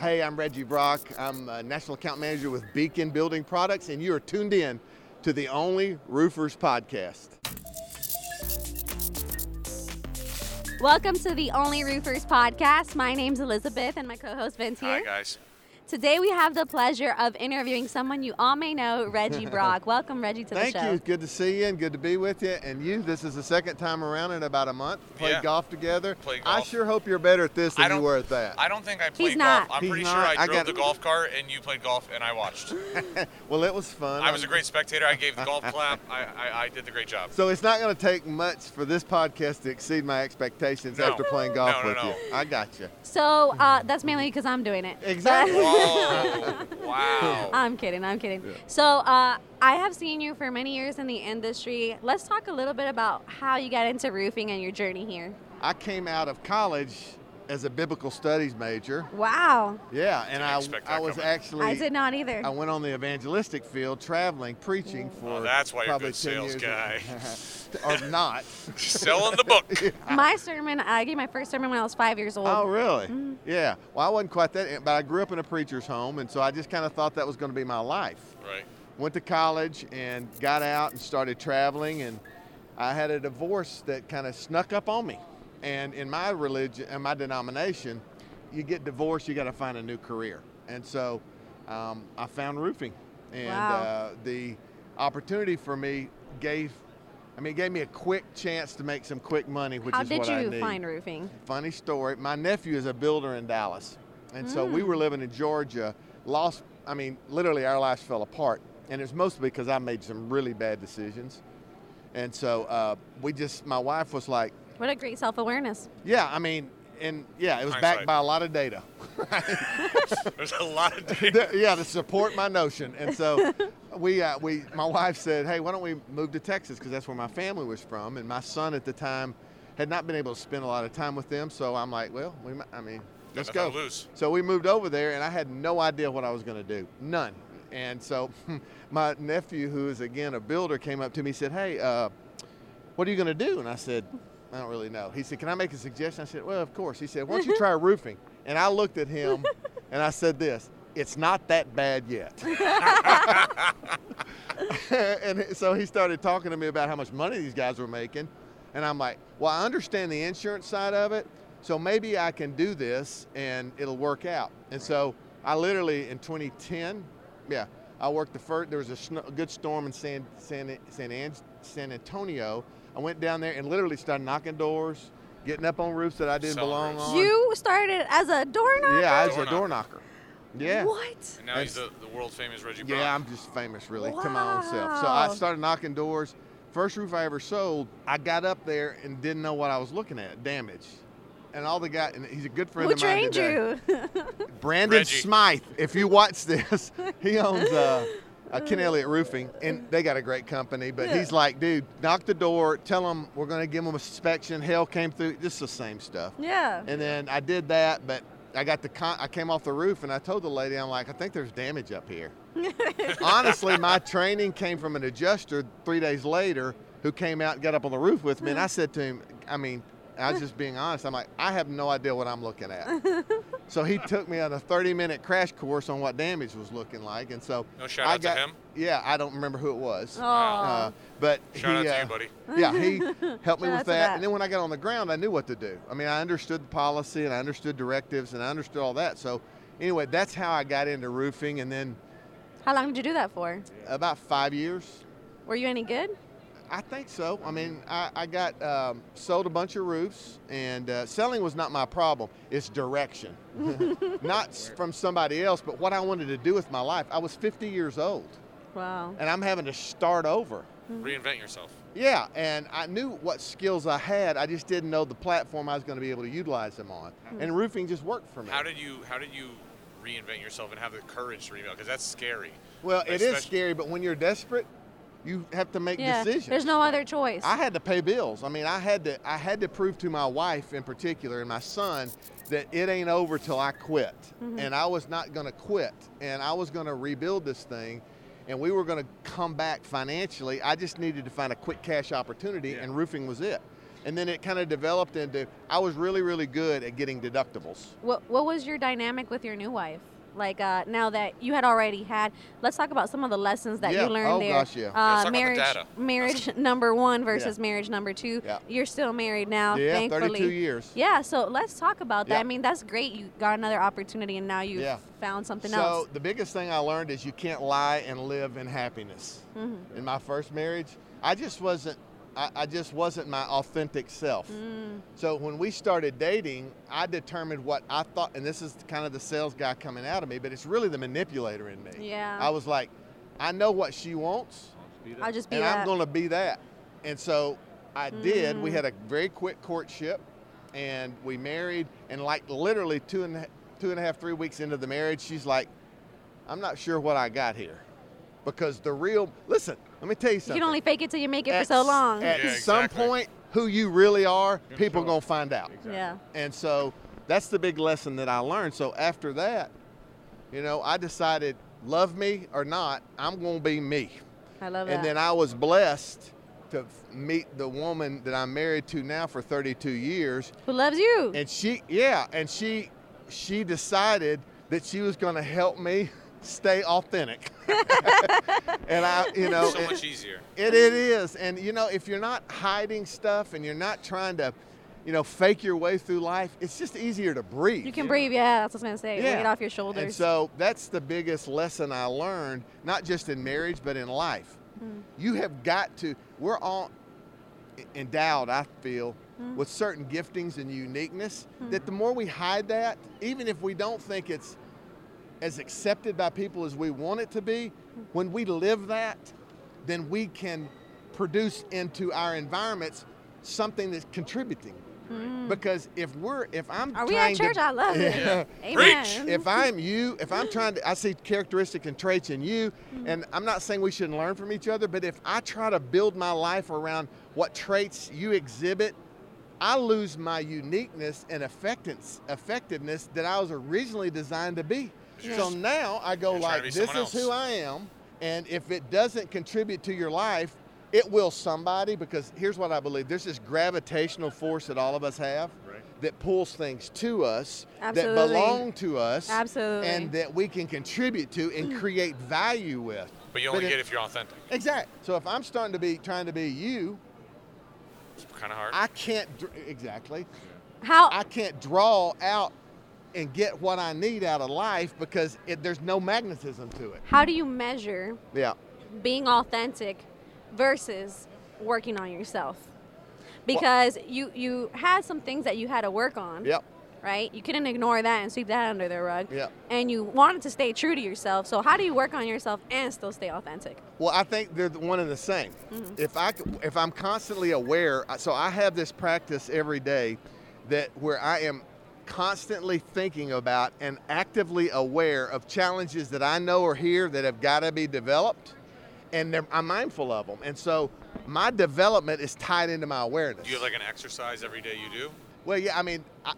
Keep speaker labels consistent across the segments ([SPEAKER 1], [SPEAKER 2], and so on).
[SPEAKER 1] Hey, I'm Reggie Brock. I'm a National Account Manager with Beacon Building Products, and you are tuned in to the only Roofers podcast.
[SPEAKER 2] Welcome to the Only Roofers podcast. My name's Elizabeth and my co-host Vince here.
[SPEAKER 3] Hi, guys.
[SPEAKER 2] Today we have the pleasure of interviewing someone you all may know, Reggie Brock. Welcome Reggie to
[SPEAKER 1] Thank
[SPEAKER 2] the show.
[SPEAKER 1] you. Good to see you and good to be with you. And you, this is the second time around in about a month. Played
[SPEAKER 3] Yeah.
[SPEAKER 1] golf together.
[SPEAKER 3] Played
[SPEAKER 1] I
[SPEAKER 3] golf.
[SPEAKER 1] sure hope you're better at this
[SPEAKER 3] I
[SPEAKER 1] than you
[SPEAKER 3] don't-
[SPEAKER 1] were at that.
[SPEAKER 3] I don't think I played
[SPEAKER 2] not.
[SPEAKER 3] golf. I'm
[SPEAKER 1] He's
[SPEAKER 3] pretty
[SPEAKER 1] not.
[SPEAKER 3] sure
[SPEAKER 1] I
[SPEAKER 3] I drove
[SPEAKER 1] got
[SPEAKER 3] the
[SPEAKER 1] it.
[SPEAKER 3] golf cart and you played golf and I watched.
[SPEAKER 1] well, it was fun.
[SPEAKER 3] I was a great spectator. I gave the golf clap. I, I, I did the great job.
[SPEAKER 1] So it's not going to take much for this podcast to exceed my expectations
[SPEAKER 3] No.
[SPEAKER 1] after playing golf
[SPEAKER 3] No, no,
[SPEAKER 1] with
[SPEAKER 3] no.
[SPEAKER 1] you. I got you.
[SPEAKER 2] So uh, that's mainly because I'm doing it.
[SPEAKER 1] Exactly.
[SPEAKER 3] Whoa. wow.
[SPEAKER 2] I'm kidding. I'm kidding.
[SPEAKER 1] Yeah.
[SPEAKER 2] So uh, I have seen you for many years in the industry. Let's talk a little bit about how you got into roofing and your journey here.
[SPEAKER 1] I came out of college as a biblical studies major.
[SPEAKER 2] Wow,
[SPEAKER 1] Yeah, and
[SPEAKER 3] Didn't
[SPEAKER 1] I,
[SPEAKER 3] expect
[SPEAKER 1] I
[SPEAKER 3] that
[SPEAKER 1] was
[SPEAKER 3] coming.
[SPEAKER 1] actually
[SPEAKER 2] I did not either.
[SPEAKER 1] I went on the evangelistic field, traveling, preaching for.
[SPEAKER 3] Oh, that's why you're a
[SPEAKER 1] probably 10
[SPEAKER 3] good sales
[SPEAKER 1] years.
[SPEAKER 3] guy.
[SPEAKER 1] or not?
[SPEAKER 3] Selling the book.
[SPEAKER 2] my sermon, I gave my first sermon when I was five years old.
[SPEAKER 1] Oh, really?
[SPEAKER 3] Mm-hmm.
[SPEAKER 1] Yeah. Well, I wasn't quite that, but I grew up in a preacher's home, and so I just kind of thought that was going to be my life.
[SPEAKER 3] Right.
[SPEAKER 1] Went to college and got out and started traveling, and I had a divorce that kind of snuck up on me. And in my religion and my denomination, you get divorced, you got to find a new career. And so um, I found roofing, and
[SPEAKER 2] Wow.
[SPEAKER 1] uh, the opportunity for me gave. I mean, it gave me a quick chance to make some quick money, which
[SPEAKER 2] how
[SPEAKER 1] is
[SPEAKER 2] did
[SPEAKER 1] what I
[SPEAKER 2] you
[SPEAKER 1] need
[SPEAKER 2] find roofing?
[SPEAKER 1] funny story. My nephew is a builder in Dallas, and so we were living in Georgia. Lost, I mean, literally our lives fell apart, and it's mostly because I made some really bad decisions. And so uh, we just, my wife was like,
[SPEAKER 2] What a great self awareness.
[SPEAKER 1] "Yeah, I mean, and yeah, it was backed
[SPEAKER 3] Hindsight.
[SPEAKER 1] by a lot of data."
[SPEAKER 3] There's a lot of data.
[SPEAKER 1] Th- yeah, to support my notion. And so we, uh, we, my wife said, "Hey, why don't we move to Texas? Because that's where my family was from." And my son at the time had not been able to spend a lot of time with them. So I'm like, "Well, we, might, I mean, let's go."
[SPEAKER 3] nothing to lose.
[SPEAKER 1] So we moved over there, and I had no idea what I was going to do, none. And so my nephew, who is again a builder, came up to me and said, "Hey, uh, what are you going to do?" And I said, "I don't really know." He said, "Can I make a suggestion?" I said, "Well, of course." He said, "Why don't you try roofing?" And I looked at him, and I said, "This." It's not that bad yet. and so he started talking to me about how much money these guys were making. And I'm like, well, I understand the insurance side of it. So maybe I can do this and it'll work out. And so I literally, in 2010, yeah, I worked the first, there was a, sno- a good storm in San, San, San, An- San Antonio. I went down there and literally started knocking doors, getting up on roofs that I didn't
[SPEAKER 3] Selling
[SPEAKER 1] belong
[SPEAKER 3] roofs.
[SPEAKER 1] on.
[SPEAKER 2] You started as a door knocker?
[SPEAKER 1] yeah, I was
[SPEAKER 3] Door
[SPEAKER 1] a door
[SPEAKER 3] knocker.
[SPEAKER 1] knocker. Yeah.
[SPEAKER 2] What?
[SPEAKER 3] And now he's the, the world famous Reggie Brock.
[SPEAKER 1] Yeah, I'm just famous, really, to my own self. So I
[SPEAKER 2] Wow.
[SPEAKER 1] started knocking doors. First roof I ever sold, I got up there and didn't know what I was looking at, damage. And all the guy, and he's a good friend
[SPEAKER 2] Who
[SPEAKER 1] of mine
[SPEAKER 2] trained
[SPEAKER 1] today.
[SPEAKER 2] you?
[SPEAKER 1] Brandon
[SPEAKER 3] Reggie.
[SPEAKER 1] Smythe, if you watch this, he owns uh, uh, Ken Elliott Roofing, and they got a great company. But
[SPEAKER 2] Yeah.
[SPEAKER 1] he's like, dude, knock the door, tell them we're going to give them a inspection. Hell came through, just the same stuff.
[SPEAKER 2] yeah.
[SPEAKER 1] And then I did that, but I got the con- I came off the roof and I told the lady, I'm like, I think there's damage up here. Honestly, my training came from an adjuster three days later who came out and got up on the roof with me, and I said to him, I mean, I was just being honest. I'm like, I have no idea what I'm looking at. so he took me on a 30 minute crash course on what damage was looking like, and so
[SPEAKER 3] No shout
[SPEAKER 1] I
[SPEAKER 3] out to
[SPEAKER 1] got-
[SPEAKER 3] him?
[SPEAKER 1] Yeah, I don't remember who it was.
[SPEAKER 2] Oh.
[SPEAKER 3] Wow.
[SPEAKER 1] Uh, but
[SPEAKER 3] Shout out
[SPEAKER 1] he,
[SPEAKER 3] to
[SPEAKER 1] uh,
[SPEAKER 3] you, buddy.
[SPEAKER 1] yeah, he helped me
[SPEAKER 2] Shout out
[SPEAKER 1] with that.
[SPEAKER 2] to that.
[SPEAKER 1] And then when I got on the ground, I knew what to do. I mean, I understood the policy and I understood directives and I understood all that. So, anyway, that's how I got into roofing. And then
[SPEAKER 2] How long did you do that for?
[SPEAKER 1] about five years,
[SPEAKER 2] Were you any good?
[SPEAKER 1] I think so. I mean, I, I got um, sold a bunch of roofs, and uh, selling was not my problem. It's direction, not s- from somebody else, but what I wanted to do with my life. I was 50 years old,
[SPEAKER 2] Wow.
[SPEAKER 1] and I'm having to start over.
[SPEAKER 2] Mm-hmm.
[SPEAKER 3] Reinvent yourself.
[SPEAKER 1] Yeah, and I knew what skills I had. I just didn't know the platform I was going to be able to utilize them on.
[SPEAKER 2] Hmm.
[SPEAKER 1] And roofing just worked for me.
[SPEAKER 3] How did you How did you reinvent yourself and have the courage to reinvent? Because that's scary.
[SPEAKER 1] well, it is
[SPEAKER 3] especially-
[SPEAKER 1] scary, but when you're desperate, you have to make
[SPEAKER 2] yeah.
[SPEAKER 1] decisions.
[SPEAKER 2] There's no other choice.
[SPEAKER 1] I had to pay bills. I mean, I had to I had to prove to my wife in particular and my son that it ain't over till I quit. And I was not going to quit and I was going to rebuild this thing and we were going to come back financially. I just needed to find a quick cash opportunity
[SPEAKER 3] Yeah.
[SPEAKER 1] and roofing was it. And then it kind of developed into I was really, really good at getting deductibles.
[SPEAKER 2] What What was your dynamic with your new wife? Like uh, now that you had already had, let's talk about some of the lessons that
[SPEAKER 1] Yeah.
[SPEAKER 2] you learned
[SPEAKER 1] Oh,
[SPEAKER 2] there.
[SPEAKER 1] gosh, yeah.
[SPEAKER 3] Yeah, let's talk
[SPEAKER 2] Uh,
[SPEAKER 3] about the
[SPEAKER 2] marriage,
[SPEAKER 3] data.
[SPEAKER 2] marriage number one versus marriage number two.
[SPEAKER 1] Yeah.
[SPEAKER 2] You're still married now,
[SPEAKER 1] yeah,
[SPEAKER 2] thankfully.
[SPEAKER 1] 32 years.
[SPEAKER 2] Yeah, so let's talk about that.
[SPEAKER 1] Yeah.
[SPEAKER 2] I mean, that's great. You got another opportunity, and now you
[SPEAKER 1] Yeah.
[SPEAKER 2] have found something
[SPEAKER 1] so
[SPEAKER 2] else.
[SPEAKER 1] the biggest thing I learned is you can't lie and live in happiness.
[SPEAKER 2] Mhm.
[SPEAKER 1] In my first marriage, I just wasn't I, I just wasn't my authentic self.
[SPEAKER 2] Mm,
[SPEAKER 1] So when we started dating, I determined what I thought, and this is kind of the sales guy coming out of me, but it's really the manipulator in me.
[SPEAKER 2] Yeah.
[SPEAKER 1] I was like, I know what she wants,
[SPEAKER 2] I'll just be
[SPEAKER 1] and I'm
[SPEAKER 2] that.
[SPEAKER 1] going to be that. And so I did. We
[SPEAKER 2] Mm.
[SPEAKER 1] had a very quick courtship, and we married. And like literally two and a- two and a half, three weeks into the marriage, she's like, "I'm not sure what I got here," because the real. Listen, let me tell you
[SPEAKER 2] you
[SPEAKER 1] something.
[SPEAKER 2] can only fake it till you make it
[SPEAKER 1] at,
[SPEAKER 2] for so long.
[SPEAKER 1] At
[SPEAKER 3] Yeah,
[SPEAKER 1] some
[SPEAKER 3] exactly.
[SPEAKER 1] point, who you really are,
[SPEAKER 4] Gonna
[SPEAKER 1] people
[SPEAKER 4] show
[SPEAKER 1] gonna
[SPEAKER 4] up.
[SPEAKER 1] find out.
[SPEAKER 2] yeah.
[SPEAKER 1] And so that's the big lesson that I learned. So after that, you know, I decided, love me or not, I'm going to be me.
[SPEAKER 2] I love
[SPEAKER 1] And
[SPEAKER 2] that.
[SPEAKER 1] then I was blessed to f- meet the woman that I'm married to now for 32 years.
[SPEAKER 2] Who loves you?
[SPEAKER 1] And she, yeah, and she, she decided that she was going to help me stay authentic. and I, you know,
[SPEAKER 3] so
[SPEAKER 1] it-
[SPEAKER 3] much easier.
[SPEAKER 1] it, it is. And you know, if you're not hiding stuff and you're not trying to, you know, fake your way through life, it's just easier to breathe.
[SPEAKER 2] you can breathe. Yeah, that's what I was gonna say.
[SPEAKER 1] Yeah.
[SPEAKER 2] Get off your shoulders.
[SPEAKER 1] And so that's the biggest lesson I learned, not just in marriage, but in life.
[SPEAKER 2] Hmm.
[SPEAKER 1] You have got to, we're all e-, endowed, I feel,
[SPEAKER 2] Hmm.
[SPEAKER 1] with certain giftings and uniqueness that the more we hide that, even if we don't think it's as accepted by people as we want it to be,
[SPEAKER 2] Hmm.
[SPEAKER 1] when we live that, then we can produce into our environments something that's contributing. Because if we're, if I'm
[SPEAKER 2] Hmm. Are we
[SPEAKER 1] trying
[SPEAKER 2] at church?
[SPEAKER 1] to,
[SPEAKER 2] I love
[SPEAKER 1] Yeah.
[SPEAKER 2] it.
[SPEAKER 3] Preach.
[SPEAKER 2] Amen.
[SPEAKER 1] if I'm you, if I'm trying to, I see characteristic and traits in you, and I'm not saying we shouldn't learn from each other, but if I try to build my life around what traits you exhibit, I lose my uniqueness and effectiveness, effectiveness that I was originally designed to be.
[SPEAKER 3] You're
[SPEAKER 1] So
[SPEAKER 3] just-
[SPEAKER 1] now I go
[SPEAKER 3] you're trying
[SPEAKER 1] like,
[SPEAKER 3] to be
[SPEAKER 1] this is
[SPEAKER 3] someone
[SPEAKER 1] who
[SPEAKER 3] else."
[SPEAKER 1] I am, and if it doesn't contribute to your life, it will somebody because here's what I believe: there's this gravitational force that all of us have
[SPEAKER 4] Right.
[SPEAKER 1] that pulls things to us that
[SPEAKER 2] Absolutely.
[SPEAKER 1] belong to us
[SPEAKER 2] Absolutely.
[SPEAKER 1] and that we can contribute to and create value with.
[SPEAKER 3] But you only
[SPEAKER 1] But it-
[SPEAKER 3] get it if you're authentic.
[SPEAKER 1] Exactly. So if I'm starting to be trying to be you,
[SPEAKER 3] It's kind of hard.
[SPEAKER 1] I can't dr- exactly.
[SPEAKER 2] How
[SPEAKER 1] I can't draw out and get what I need out of life because it, there's no magnetism to it.
[SPEAKER 2] How do you measure
[SPEAKER 1] Yeah.
[SPEAKER 2] being authentic versus working on yourself? Because you you had some things that you had to work on.
[SPEAKER 1] Yep.
[SPEAKER 2] Right? You couldn't ignore that and sweep that under the rug.
[SPEAKER 1] Yep.
[SPEAKER 2] And you wanted to stay true to yourself. So how do you work on yourself and still stay authentic?
[SPEAKER 1] Well, I think they're the one and the same. If I c- if I'm constantly aware, so I have this practice every day that where I am constantly thinking about and actively aware of challenges that I know are here that have got to be developed, and they're- I'm mindful of them. And so my development is tied into my awareness.
[SPEAKER 3] do you have like an exercise every day you do?
[SPEAKER 1] Well, yeah, I mean, I,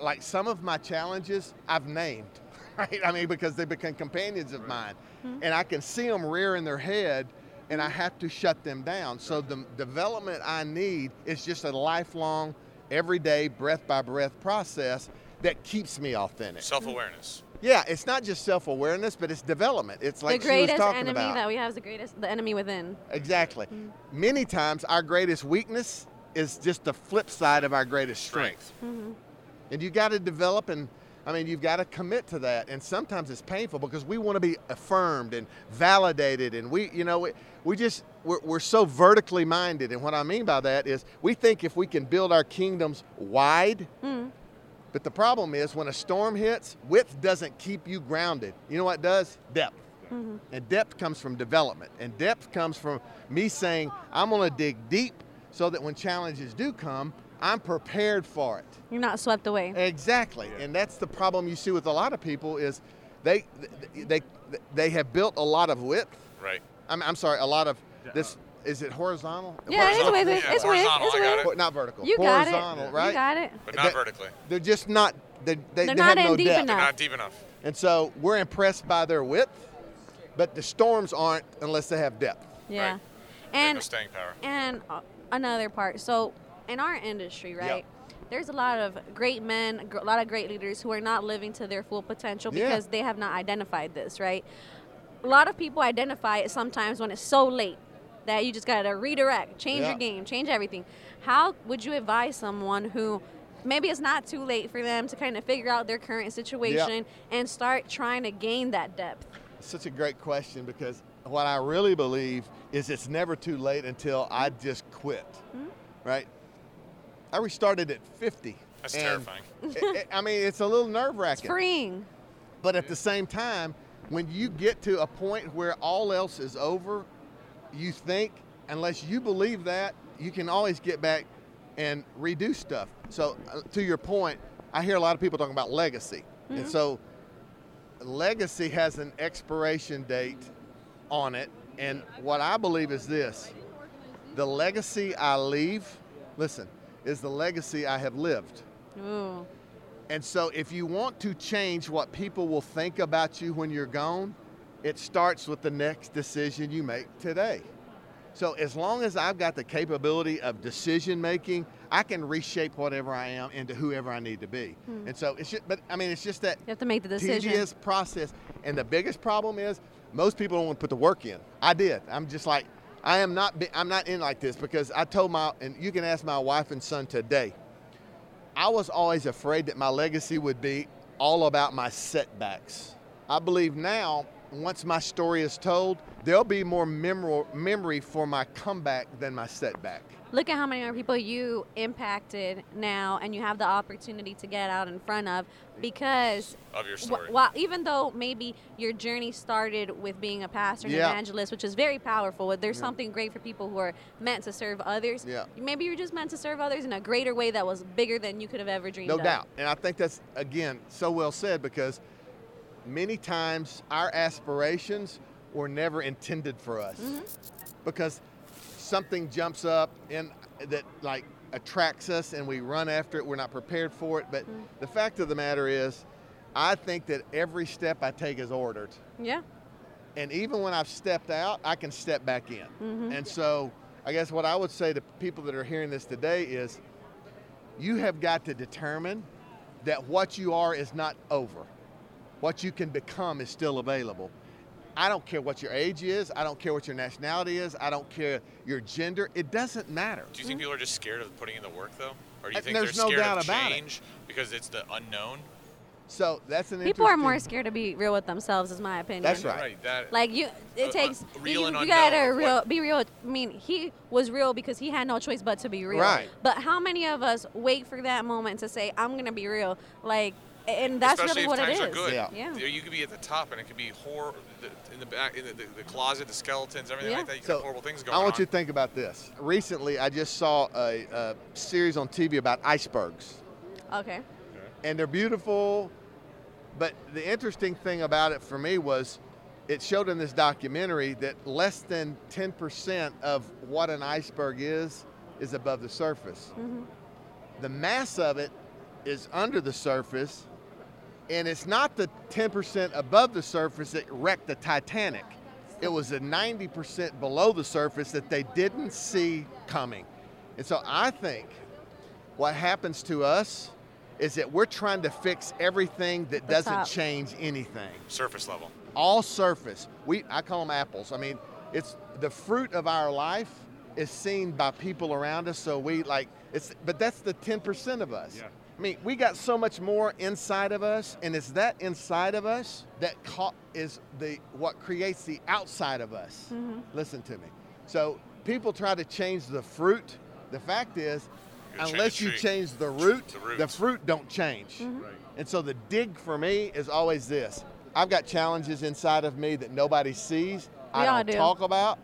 [SPEAKER 1] like some of my challenges I've named, right? I mean, because they become companions of mine,
[SPEAKER 2] Hmm.
[SPEAKER 1] and I can see them rearing their head, and I have to shut them down. So the development I need is just a lifelong, everyday, breath by breath process that keeps me authentic.
[SPEAKER 3] Self awareness.
[SPEAKER 1] Yeah, it's not just self awareness, but it's development. It's like
[SPEAKER 2] the
[SPEAKER 1] she was
[SPEAKER 2] greatest
[SPEAKER 1] talking
[SPEAKER 2] enemy
[SPEAKER 1] about.
[SPEAKER 2] that Hmm. we have is the greatest the enemy within.
[SPEAKER 1] Exactly. Many times, our greatest weakness is just the flip side of our greatest strength. And you got to develop and I mean, you've got to commit to that. And sometimes it's painful because we want to be affirmed and validated. And we, you know, we, we just, we're, we're so vertically minded. And what I mean by that is we think if we can build our kingdoms wide, but the problem is when a storm hits, width doesn't keep you grounded. You know what does? Depth. And depth comes from development. And depth comes from me saying, I'm going to dig deep so that when challenges do come, I'm prepared for it.
[SPEAKER 2] You're not swept away.
[SPEAKER 1] Exactly, and that's the problem you see with a lot of people is they they they have built a lot of width.
[SPEAKER 3] Right.
[SPEAKER 1] I'm, I'm sorry, a lot of this. Is it horizontal?
[SPEAKER 2] Yeah, it's
[SPEAKER 3] Horizontal.
[SPEAKER 2] with it.
[SPEAKER 3] Yeah,
[SPEAKER 2] It's with
[SPEAKER 3] horizontal,
[SPEAKER 2] It's
[SPEAKER 3] I got
[SPEAKER 2] with
[SPEAKER 1] Hor- not vertical.
[SPEAKER 2] You got it.
[SPEAKER 1] horizontal, right?
[SPEAKER 2] You got it.
[SPEAKER 3] But not
[SPEAKER 1] That-
[SPEAKER 3] vertically.
[SPEAKER 1] They're just not. They, they,
[SPEAKER 2] They're
[SPEAKER 1] they
[SPEAKER 2] not
[SPEAKER 1] have no
[SPEAKER 2] in deep
[SPEAKER 1] depth.
[SPEAKER 2] enough.
[SPEAKER 3] Not deep enough.
[SPEAKER 1] And so we're impressed by their width, but the storms aren't unless they have depth.
[SPEAKER 2] Yeah.
[SPEAKER 3] Right. They have no
[SPEAKER 2] And
[SPEAKER 3] staying power.
[SPEAKER 2] and uh, another part. So in our industry,
[SPEAKER 1] Yeah.
[SPEAKER 2] right? There's a lot of great men, gr- a lot of great leaders who are not living to their full potential
[SPEAKER 1] Yeah.
[SPEAKER 2] because they have not identified this, right? A lot of people identify it sometimes when it's so late that you just got to redirect, change
[SPEAKER 1] Yeah.
[SPEAKER 2] your game, change everything. How would you advise someone who maybe it's not too late for them to kind of figure out their current situation and start trying to gain that depth?
[SPEAKER 1] Such a great question because what I really believe is it's never too late until I just quit, right? I restarted at 50.
[SPEAKER 3] That's
[SPEAKER 1] and
[SPEAKER 3] terrifying.
[SPEAKER 1] it- it- I mean, it's a little nerve
[SPEAKER 2] It's
[SPEAKER 1] wracking.
[SPEAKER 2] freeing.
[SPEAKER 1] But at the same time, when you get to a point where all else is over, you think, unless you believe that, you can always get back and redo stuff. So, uh, to your point, I hear a lot of people talking about legacy. And so, legacy has an expiration date on it. And what I believe is this the legacy I leave, listen, is the legacy I have lived.
[SPEAKER 2] Ooh.
[SPEAKER 1] And so, if you want to change what people will think about you when you're gone, it starts with the next decision you make today. So, as long as I've got the capability of decision making, I can reshape whatever I am into whoever I need to be. And so, it's just, but I mean, it's just that
[SPEAKER 2] You have to make the decision.
[SPEAKER 1] tedious process. And the biggest problem is most people don't want to put the work in. I did. I'm just like, I am not. be- I'm not in like this because I told my and you can ask my wife and son today. I was always afraid that my legacy would be all about my setbacks. I believe now, once my story is told, there'll be more memor- memory for my comeback than my setback.
[SPEAKER 2] look at how many other people you impacted now and you have the opportunity to get out in front of because
[SPEAKER 3] Of your
[SPEAKER 2] wh-
[SPEAKER 3] story.
[SPEAKER 2] while even though maybe your journey started with being a pastor and
[SPEAKER 1] Yeah.
[SPEAKER 2] evangelist which is very powerful but there's something great for people who are meant to serve others
[SPEAKER 1] Yeah.
[SPEAKER 2] maybe you're just meant to serve others in a greater way that was bigger than you could have ever dreamed
[SPEAKER 1] No
[SPEAKER 2] of.
[SPEAKER 1] doubt. And I think that's, again, so well said because many times our aspirations were never intended for us
[SPEAKER 2] Mm-hmm.
[SPEAKER 1] because something jumps up and that like attracts us and we run after it. We're not prepared for it. But
[SPEAKER 2] Mm-hmm.
[SPEAKER 1] the fact of the matter is, I think that every step I take is ordered.
[SPEAKER 2] yeah
[SPEAKER 1] And even when I've stepped out, I can step back in.
[SPEAKER 2] Mm-hmm.
[SPEAKER 1] And so I guess what I would say to people that are hearing this today is you have got to determine that what you are is not over. What you can become is still available. I don't care what your age is, I don't care what your nationality is, I don't care your gender, it doesn't matter.
[SPEAKER 3] Do you think people are just scared of putting in the work though, or do you
[SPEAKER 1] Uh,
[SPEAKER 3] think
[SPEAKER 1] there's
[SPEAKER 3] they're
[SPEAKER 1] no
[SPEAKER 3] scared
[SPEAKER 1] doubt
[SPEAKER 3] of
[SPEAKER 1] about it.
[SPEAKER 3] change because it's the unknown?
[SPEAKER 1] So that's an
[SPEAKER 2] people are more
[SPEAKER 1] interesting-
[SPEAKER 2] scared to be real with themselves is my opinion
[SPEAKER 1] That's right.
[SPEAKER 3] That
[SPEAKER 2] Like you,
[SPEAKER 3] Uh,
[SPEAKER 2] it
[SPEAKER 3] uh,
[SPEAKER 2] takes
[SPEAKER 3] real
[SPEAKER 2] you,
[SPEAKER 3] and
[SPEAKER 2] you
[SPEAKER 3] unknown,
[SPEAKER 2] gotta
[SPEAKER 3] like-
[SPEAKER 2] real, be real. I mean, he was real because he had no choice but to be real.
[SPEAKER 1] Right.
[SPEAKER 2] But how many of us wait for that moment to say, "I'm gonna be real"? Like, and that's
[SPEAKER 3] especially
[SPEAKER 2] really what
[SPEAKER 3] if times
[SPEAKER 2] it is.
[SPEAKER 3] are good.
[SPEAKER 1] Yeah.
[SPEAKER 2] Yeah.
[SPEAKER 3] You could be at the top, and it could be horror the- in the back, in the, the, the closet, the skeletons, everything
[SPEAKER 2] Yeah.
[SPEAKER 3] like that. You could have horrible things going
[SPEAKER 1] I want
[SPEAKER 3] on.
[SPEAKER 1] you to think about this. Recently, I just saw a, a series on TV about icebergs.
[SPEAKER 2] Okay.
[SPEAKER 1] and they're beautiful. But the interesting thing about it for me was it showed in this documentary that less than 10% of what an iceberg is is above the surface. The mass of it is under the surface, and it's not the 10% above the surface that wrecked the Titanic. It was the 90% below the surface that they didn't see coming. And so I think what happens to us is that we're trying to fix everything that
[SPEAKER 2] The
[SPEAKER 1] doesn't
[SPEAKER 2] top.
[SPEAKER 1] change anything.
[SPEAKER 3] Surface level.
[SPEAKER 1] All surface. We I call them apples. I mean, it's the fruit of our life is seen by people around us. So we like it's but that's the 10% of us.
[SPEAKER 3] Yeah.
[SPEAKER 1] I mean, we got so much more inside of us, and it's that inside of us that ca- is the what creates the outside of us. Listen to me. So people try to change the fruit. The fact is,
[SPEAKER 3] You gotta change
[SPEAKER 1] unless
[SPEAKER 3] the
[SPEAKER 1] you
[SPEAKER 3] tree.
[SPEAKER 1] change the root,
[SPEAKER 3] The root.
[SPEAKER 1] fruit don't change.
[SPEAKER 2] Mm-hmm.
[SPEAKER 3] Right.
[SPEAKER 1] And so the dig for me is always this. I've got challenges inside of me that nobody sees. I
[SPEAKER 2] We all
[SPEAKER 1] don't
[SPEAKER 2] do. Mm-hmm.
[SPEAKER 1] talk about.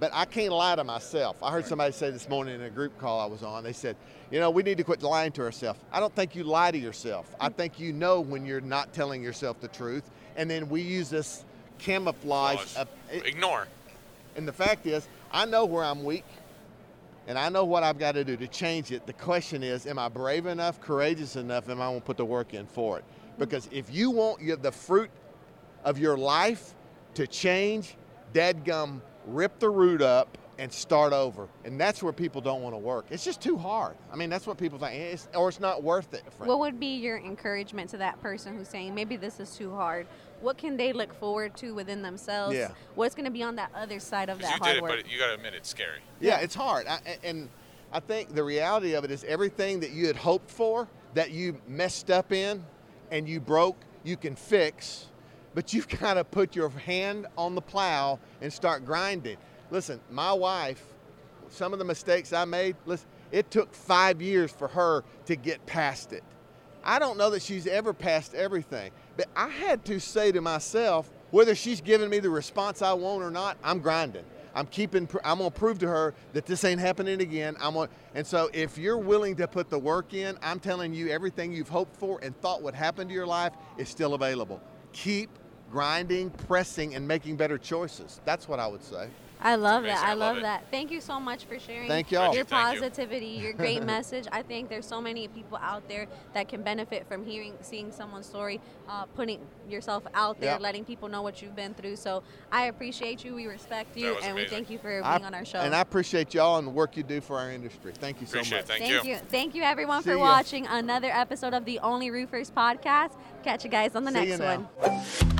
[SPEAKER 1] But I can't lie to myself. I heard somebody say this morning in a group call I was on, they said, you know, we need to quit lying to ourselves. I don't think you lie to yourself.
[SPEAKER 2] Mm-hmm.
[SPEAKER 1] I think you know when you're not telling yourself the truth. And then we use this camouflage.
[SPEAKER 3] Pause.
[SPEAKER 1] Of,
[SPEAKER 3] Ignore.
[SPEAKER 1] and the fact is, I know where I'm weak and I know what I've got to do to change it. The question is, am I brave enough, courageous enough, and am I going to put the work in for it? Because if you want your, the fruit of your life to change, dadgum, rip the root up and start over. And that's where people don't want to work. It's just too hard. I mean, that's what people think, it's, or it's not worth it. Friend.
[SPEAKER 2] What would be your encouragement to that person who's saying maybe this is too hard? What can they look forward to within themselves?
[SPEAKER 1] Yeah.
[SPEAKER 2] What's going to be on that other side of
[SPEAKER 3] 'Cause
[SPEAKER 2] that
[SPEAKER 3] you
[SPEAKER 2] hard
[SPEAKER 3] did it,
[SPEAKER 2] work?
[SPEAKER 3] but you got to admit it's scary.
[SPEAKER 1] yeah, it's hard. I, a- and I think the reality of it is everything that you had hoped for, that you messed up in, and you broke, you can fix, but you've got to put your hand on the plow and start grinding. Listen, my wife, some of the mistakes I made, listen, it took five years for her to get past it. I don't know that she's ever passed everything, but I had to say to myself, whether she's giving me the response I want or not, I'm grinding. I'm keeping. pr- I'm gonna prove to her that this ain't happening again. I'm gonna, and so if you're willing to put the work in, I'm telling you, everything you've hoped for and thought would happen to your life is still available. Keep grinding, pressing, and making better choices. That's what I would say.
[SPEAKER 2] I love
[SPEAKER 3] Amazing.
[SPEAKER 2] that. I,
[SPEAKER 3] I
[SPEAKER 2] love,
[SPEAKER 3] love it.
[SPEAKER 2] that. Thank you so much for sharing.
[SPEAKER 1] Thank y'all.
[SPEAKER 2] Your
[SPEAKER 3] Thank you.
[SPEAKER 2] positivity, your great message. I think there's so many people out there that can benefit from hearing, seeing someone's story, uh, putting yourself out there,
[SPEAKER 1] Yeah.
[SPEAKER 2] letting people know what you've been through. So I appreciate you. We respect you,
[SPEAKER 3] That was
[SPEAKER 2] and we
[SPEAKER 3] amazing.
[SPEAKER 2] thank you for being
[SPEAKER 1] I-
[SPEAKER 2] on our show.
[SPEAKER 1] And I appreciate y'all and the work you do for our industry. Thank you so
[SPEAKER 3] Appreciate
[SPEAKER 1] much.
[SPEAKER 3] it. Thank,
[SPEAKER 2] Thank you. Thank you, everyone,
[SPEAKER 1] See
[SPEAKER 2] for
[SPEAKER 1] ya.
[SPEAKER 2] watching another episode of the Only Roofers podcast. Catch you guys on the
[SPEAKER 1] See ya
[SPEAKER 2] next
[SPEAKER 1] now.
[SPEAKER 2] one.